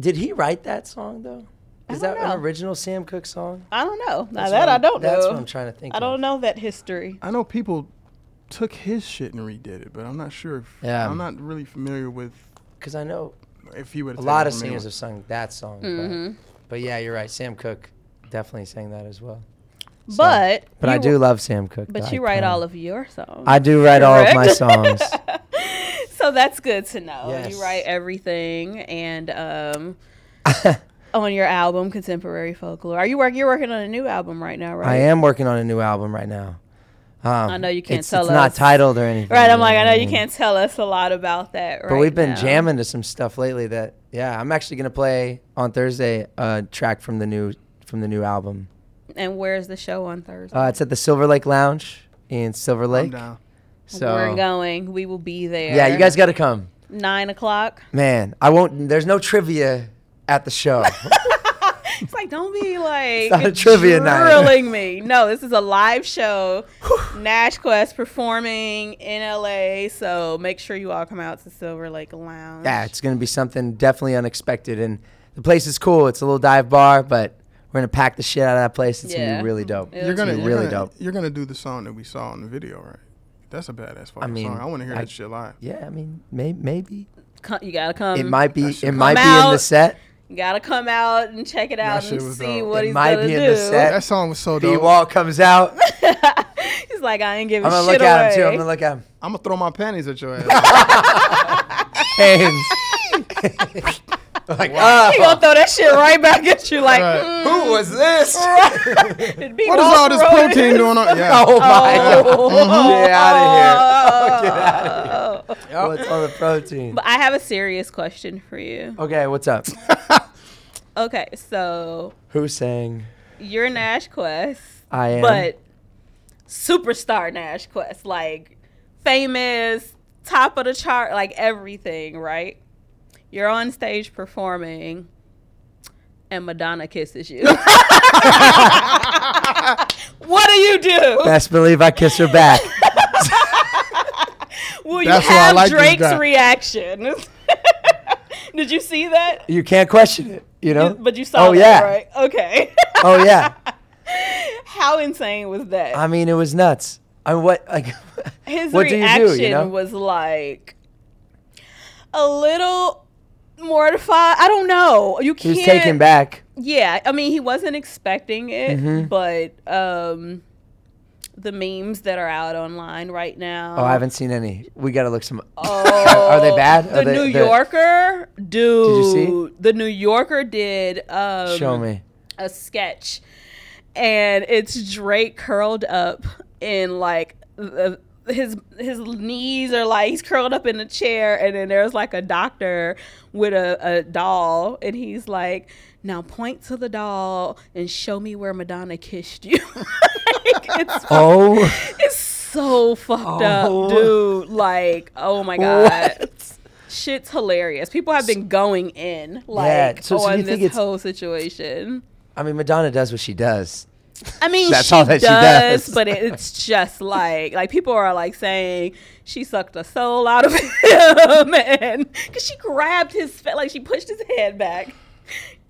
Did he write that song though? I Is don't that know. an original Sam Cooke song? I don't know. Now That's that what I I'm- don't know. that's what I'm trying to think I don't of. know that history. I know people took his shit and redid it, but I'm not sure. If, Yeah. I'm not really familiar with Because I know if he would. a lot of singers have sung that song. but- Mm-hmm. But, yeah, you're right. Sam Cooke definitely sang that as well. but But I you- do love Sam Cooke. But though. you I write kinda- all of your songs. I do write all of my Correct. songs. so that's good to know. Yes. You write everything and um on your album Contemporary Folklore. Are you work you're working on a new album right now, right? I am working on a new album right now. Um, I know you can't it's, tell It's not us. titled or anything. Right, I'm you like I know you mean? can't tell us a lot about that right But we've been now. jamming to some stuff lately. That yeah, I'm actually gonna play on Thursday a track from the new from the new album. And where's the show on Thursday? Uh, it's at the Silver Lake Lounge in Silver Lake. down. So We're going. We will be there. yeah, you guys got to come. nine o'clock. Man, I won't. There's no trivia at the show. It's like don't be like not a trivia night. drilling me. No, this is a live show. Nash Quest performing in LA, so make sure you all come out to Silver Lake Lounge. yeah, it's gonna be something definitely unexpected, and the place is cool. It's a little dive bar, but we're gonna pack the shit out of that place. It's gonna Yeah. be really dope. You're You're It's gonna be you're really gonna, dope. You're gonna do the song that we saw in the video, right? That's a badass fucking mean, song. I want to hear I- that shit live. Yeah, I mean, may- maybe Co- you gotta come. it might be should it come might be in the out. set. You gotta come out and check it out shit and was see dope. what It he's might gonna be do. in the set. That song was so B dope. Wall comes out. He's like, I ain't giving I'm shit gonna look away. at him too. I'm gonna look at him. I'm gonna throw my panties at your ass. Hands. like, he oh, gonna throw that shit right back at you, like Right. mm, who was this? it'd be what is all this Walter Rodin. protein doing on? Yeah. Oh my Oh. god. Mm-hmm. Get out of here. Get out of here. What's on the protein? But I have a serious question for you. Okay, what's up? Okay, so Who sang? you're Nash Quest. I am. but superstar Nash Quest, like famous, top of the chart, like everything, right? You're on stage performing, and Madonna kisses you. what do you do? Best believe I kissed her back. Would Will you That's why I have like this guy. Drake's reaction? Did you see that? You can't question it, you know. But you saw oh, that, yeah. right? Okay. Oh yeah. How insane was that? I mean, it was nuts. I mean, what like His what do you reaction do? You know? was like a little mortified. I don't know. You he can't. was taken back. Mm-hmm. Yeah, I mean, he wasn't expecting it, but um, the memes that are out online right now. Oh, I haven't seen any. We gotta look some. Oh, Are they bad? The Are they- New the- Yorker, dude. see? The New Yorker did um, Show me. a sketch, and it's Drake curled up in like the, his his knees are like he's curled up in a chair, and then there's like a doctor with a, a doll, and he's like, "Now point to the doll and show me where Madonna kissed you." Like, it's Oh, it's so fucked Oh. up, dude. Like, oh my god. Shit's hilarious. People have been going in like so- so you on think this it's- whole situation. I mean, Madonna does what she does. I mean, That's she, all that she does, does. but it, it's just like like people are like saying she sucked the soul out of him, and because she grabbed his fa- like she pushed his head back,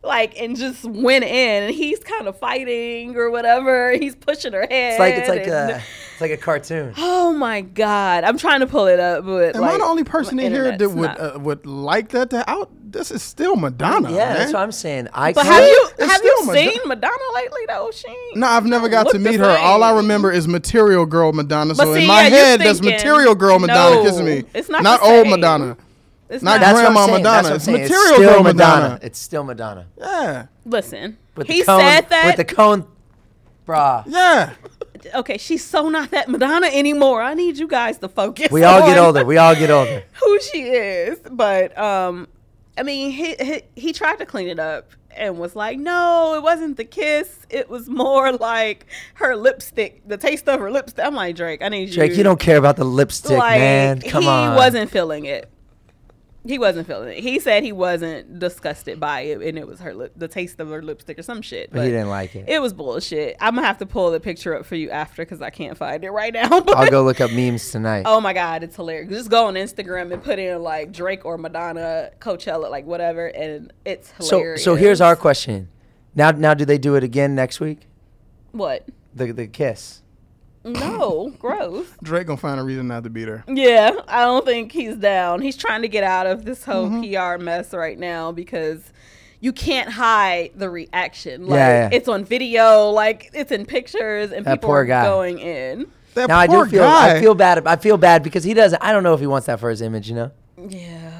like and just went in, and he's kind of fighting or whatever. He's pushing her head. It's like it's like uh, and- a it's like a cartoon. Oh my god! I'm trying to pull it up, but Am like, I the only person my in here that internet's would not- uh, would like that? To out, this is still Madonna. Yeah, man. that's what I'm saying. I but can't- have you It's have you still Madonna. seen Madonna lately though? She ain't- No, I've never got Look to the meet her. All I same. remember is Material Girl Madonna. But so in see, my yeah, you head, that's thinking- Material Girl Madonna No, kissing me. it's not the old same. Madonna. It's not not. gra- That's what I'm Grandma saying. Madonna. That's what I'm It's saying. It's Material still Girl Madonna. Madonna. It's still Madonna. Yeah, listen, With he the cone, said that. with the cone bra. yeah. okay, she's so not that Madonna anymore. I need you guys to focus. We all get on older. We all get older. Who she is, but um, I mean, he, he he tried to clean it up and was like, no, it wasn't the kiss. It was more like her lipstick, the taste of her lipstick. I'm like Drake. I need Drake, you don't care about the lipstick, man. Come he on. wasn't feeling it. He wasn't feeling it. He said he wasn't disgusted by it, and it was her lip, the taste of her lipstick or some shit. But he didn't like it. It was bullshit. I'm gonna have to pull the picture up for you after because I can't find it right now. But I'll go look up memes tonight. oh my god, it's hilarious. Just go on Instagram and put in like Drake or Madonna, Coachella, like whatever, and it's so, hilarious. so here's our question. Now, now, do they do it again next week? what? The the kiss. No, gross. Drake gonna find a reason not to be there. Yeah, I don't think he's down. He's trying to get out of this whole Mm-hmm. PR mess right now because you can't hide the reaction. Like Yeah, yeah. it's on video, like it's in pictures, and That people poor are guy. going in. That Now I poor do feel guy. I feel bad. I feel bad because he doesn't. I don't know if he wants that for his image. You know. Yeah.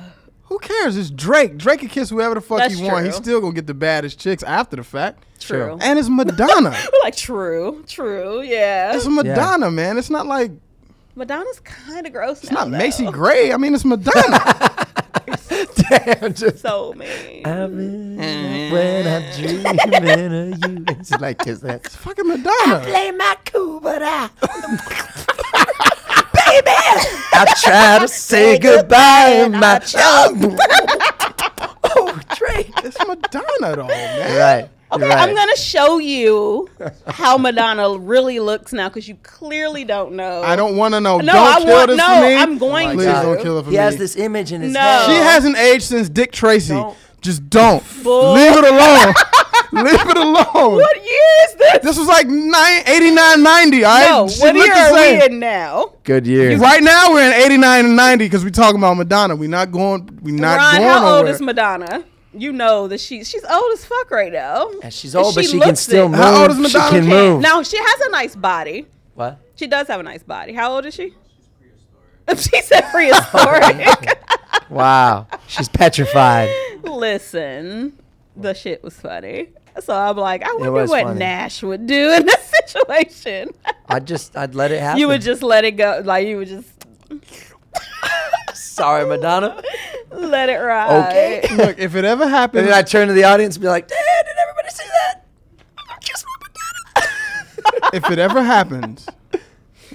Who cares? It's Drake. Drake can kiss whoever the fuck That's he want. He's true. still gonna get the baddest chicks after the fact. True. And it's Madonna. We're like true, true, yeah. it's Madonna, man. It's not like Madonna's kind of gross it's now. not though. Macy Gray. I mean, it's Madonna. Damn. Just. So mean. Uh, I'm when I'm dreaming of you. It's like kiss that. it's fucking Madonna. Play my cool, but I. Baby! I try to say goodbye, my child. oh, Drake. It's Madonna though, man. Right. Okay, I'm gonna show you how Madonna really looks now because you clearly don't know. I don't want to know. No, don't I kill want- this no, for me. I'm going Please to. Oh don't kill it for He me. has this image in his No. head. She hasn't aged since Dick Tracy. Don't. Just don't. Bull- Leave it alone. Leave it alone. What year is this? This was like nine, 89, 90. All right? no, She Oh, what looked year the are same. we in now? Good year. Right now we're in 89 and 90 because we're talking about Madonna. We're not going. We're not Ron, going how nowhere. old is Madonna? You know that she's she's old as fuck right now. And she's old, but she can looks still it. move. How old is She Madonna? can Can't. move. Now she has a nice body. What? She does have a nice body. How old is she? She said prehistoric. Wow. She's petrified. Listen, the shit was funny. So I'm like, I wonder was what funny. Nash would do in this situation. I'd just, I'd let it happen. you would just let it go, like you would just Sorry, Madonna. let it ride. Okay. Look, if it ever And happens, then I turn to the audience and be like, Dad, did everybody see that? I'm gonna kiss my Madonna. if it ever happens,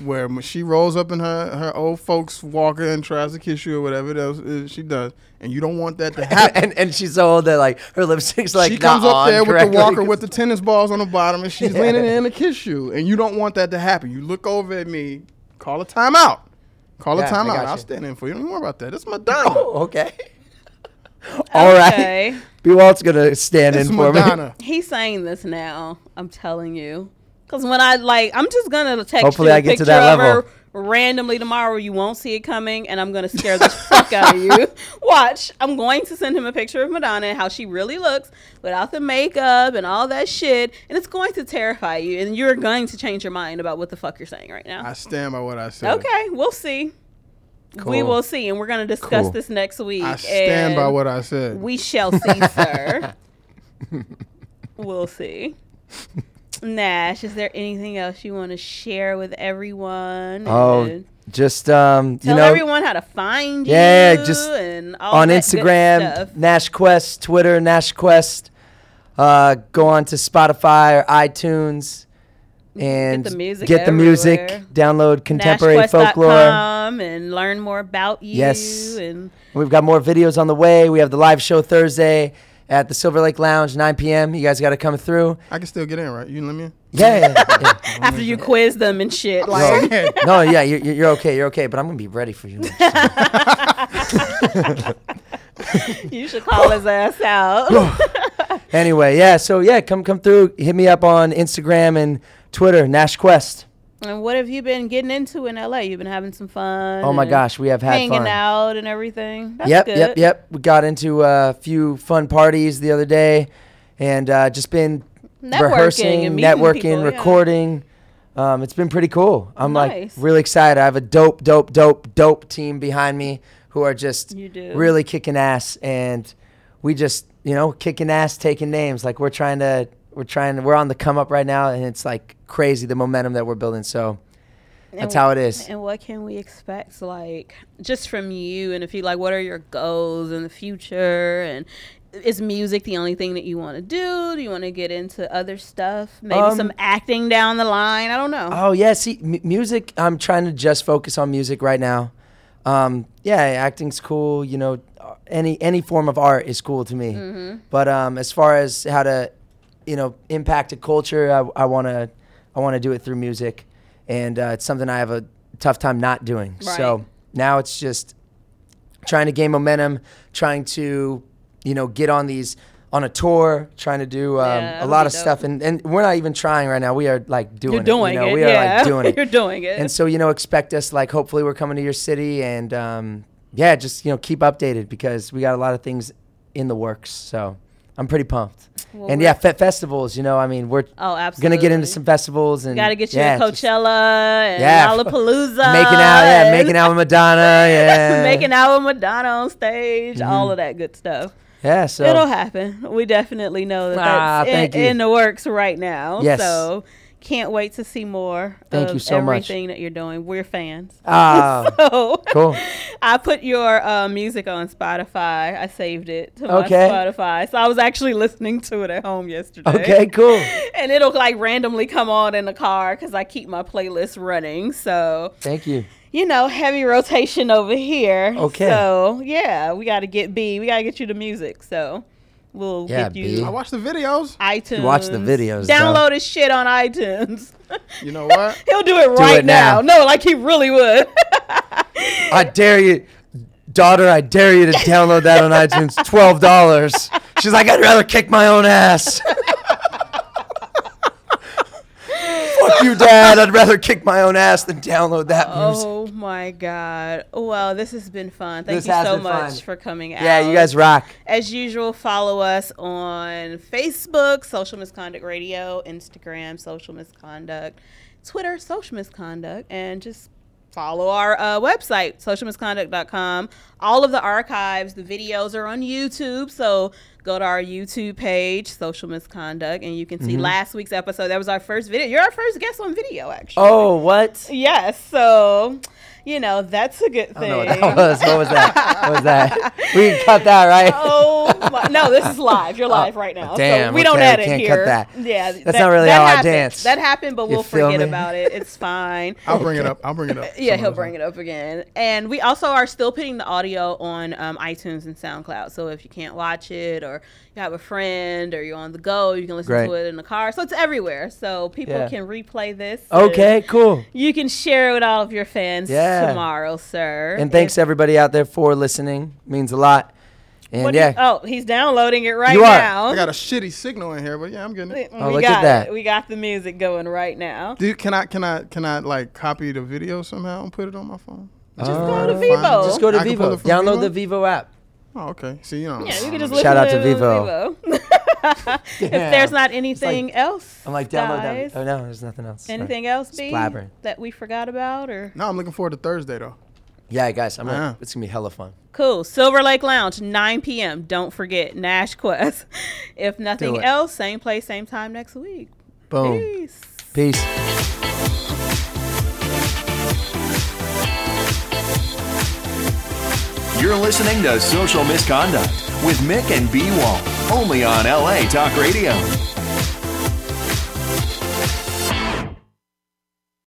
where m- she rolls up in her her old folks walker and tries to kiss you or whatever else uh, she does, and you don't want that to happen. and and she's so old that like her lipstick's like she comes not up on there with the correctly walker 'cause- with the tennis balls on the bottom, and she's leaning in to kiss you, and you don't want that to happen. You look over at me, call a timeout. Call Yeah, a I timeout. got I'll you. Oh. stand in for you. Don't worry about that. That's Madonna. okay. All right. Okay. B Walt's gonna stand That's in for me. Madonna. He's saying this now. I'm telling you. Because when I like, I'm just gonna text Hopefully you a I get to picture that of level. her randomly tomorrow. You won't see it coming, and I'm gonna scare the fuck out of you. Watch. I'm going to send him a picture of Madonna and how she really looks without the makeup and all that shit, and it's going to terrify you, and you're going to change your mind about what the fuck you're saying right now. I stand by what I said. Okay, we'll see. We Cool. will see, and we're gonna discuss Cool. this next week. I stand by and- what I said. we shall see, sir. we'll see. Nash, is there anything else you want to share with everyone? Oh, And just um, tell you know, everyone how to find you. Yeah, just and all on that good stuff. Instagram, Nash Quest, Twitter, Nash Quest. Uh, go on to Spotify or iTunes and Mm-hmm. the music get the music, everywhere. download contemporary folklore. NashQuest.com and learn more about you. Yes. and We've got more videos on the way. We have the live show Thursday at the Silver Lake Lounge, 9 p.m. You guys got to come through. I can still get in, right? You let me in? Yeah, yeah, yeah. after you quiz them and shit, like No, no, yeah, you're, you're okay, you're okay, but I'm gonna be ready for you. you should call his ass out. anyway, yeah, so yeah, come come through. Hit me up on Instagram and Twitter, Nash Quest. and what have you been getting into in LA? You've been having some fun. Oh my and gosh, we have had hanging fun. out and everything. That's yep, good. yep, yep. We got into a few fun parties the other day, and uh, just been Networking rehearsing, and meeting networking, people, yeah. recording. Um, it's been pretty cool. I'm Nice. like really excited. I have a dope, dope, dope, dope team behind me who are just You do. really kicking ass, and we just you know kicking ass, taking names. Like we're trying to, we're trying to, we're on the come up right now, and it's like crazy the momentum that we're building. So that's how it is. And what can we expect, like, just from you? And if you like, what are your goals in the future? And is music the only thing that you want to do? Do you want to get into other stuff? Maybe Um, some acting down the line. I don't know. Oh yeah, see, m- music. I'm trying to just focus on music right now. Um, yeah, acting's cool. You know, uh, any any form of art is cool to me. Mm-hmm. But um, as far as how to, you know, impact a culture, I, I wanna I wanna do it through music, and uh, it's something I have a tough time not doing. Right. So now it's just trying to gain momentum, trying to, you know, get on these on a tour, trying to do um, Yeah, a that'll lot be of dope. stuff, and, and we're not even trying right now. We are like doing You're doing it. You know, it. we are yeah. like doing it. You're doing it. And so you know, expect us like hopefully we're coming to your city, and um, yeah, just you know keep updated because we got a lot of things in the works. So I'm pretty pumped. Well, and we're- yeah, fe- festivals. You know, I mean, we're oh, gonna absolutely. get into some festivals and Got to get you yeah, to just Coachella and Yeah. Lollapalooza. Making out, yeah, and making out with Madonna, yeah, Mm-hmm. making out with Madonna on stage. All of that good stuff. yeah. So It'll happen. We definitely know that Ah, that's in- thank you. in, the works right now. Yes. So can't wait to see more Thank of you so much. everything that you're doing. We're fans. ah, So cool. I put your uh, music on Spotify. I saved it to my Okay. Spotify. So I was actually listening to it at home yesterday. Okay, cool. And it'll like randomly come on in the car because I keep my playlist running. So Thank you. you know, heavy rotation over here. Okay. So yeah, we got to get B. We got to get you the music. So we'll Yeah, get you B. I watch the videos. iTunes. watch the videos, Download though. his shit on iTunes. You know what? He'll do it right it now. now. No, like he really would. I dare you, daughter. I dare you to download that on iTunes. Twelve dollars. She's like, I'd rather kick my own ass. Fuck you, Dad. I'd rather kick my own ass than download that music. oh my God. Well, this has been fun. Thank This you has so been much fun. for coming out. Yeah, you guys rock. As usual, follow us on Facebook, Social Misconduct Radio, Instagram, Social Misconduct, Twitter, Social Misconduct, and just follow our uh, website, socialmisconduct.com. All of the archives, the videos are on YouTube. So go to our YouTube page, Social Misconduct, and you can Mm-hmm. see last week's episode. That was our first video. You're our first guest on video, actually. Oh, what? Yes. So, you know, that's a good I don't know thing. what that was. What was that? What was that? We can cut that, right? Oh my, no! no, this is live. You're live right now. damn, so we don't okay, edit we can't cut here. that. Yeah, That's not really how I happened. dance. That happened, but You we'll feel forget me? Oh, about it. It's fine. I'll bring it up. I'll bring it up. Yeah, he'll bring it up again. And we also are still putting the audio on um, iTunes and SoundCloud. So if you can't watch it or you have a friend or you're on the go, you can listen Great. to it in the car. So it's everywhere. So people Yeah. can replay this. Okay, cool. You can share it with all of your fans Yeah. tomorrow, sir. And thanks everybody out there for listening. Means a lot. And What do you- yeah, oh, he's downloading it right You are. now. I got a shitty signal in here, but yeah, I'm getting it. Oh, we look at got that. It. We got the music going right now. Dude, can I can I can I like copy the video somehow and put it on my phone? Just go to Uh, Vivo. just go to I can pull Vivo. it from Download Vivo? the Vivo app. Oh, okay. See, you know, yeah, you can just I'm- listen Shout out to, to Vivo. if there's not anything else, I'm like, download guys, that. Oh no, there's nothing else. Sorry. Anything else, B, blabbering. that we forgot about or No, I'm looking forward to Thursday though. Yeah, guys, I'm gonna, Uh-huh. it's gonna be hella fun. cool? Silver Lake Lounge, 9 p.m. Don't forget Nash Quest. if Do nothing it. else, same place, same time next week. Boom. Peace. Peace. You're listening to Social Misconduct with Mick and B Wall, only on LA Talk Radio.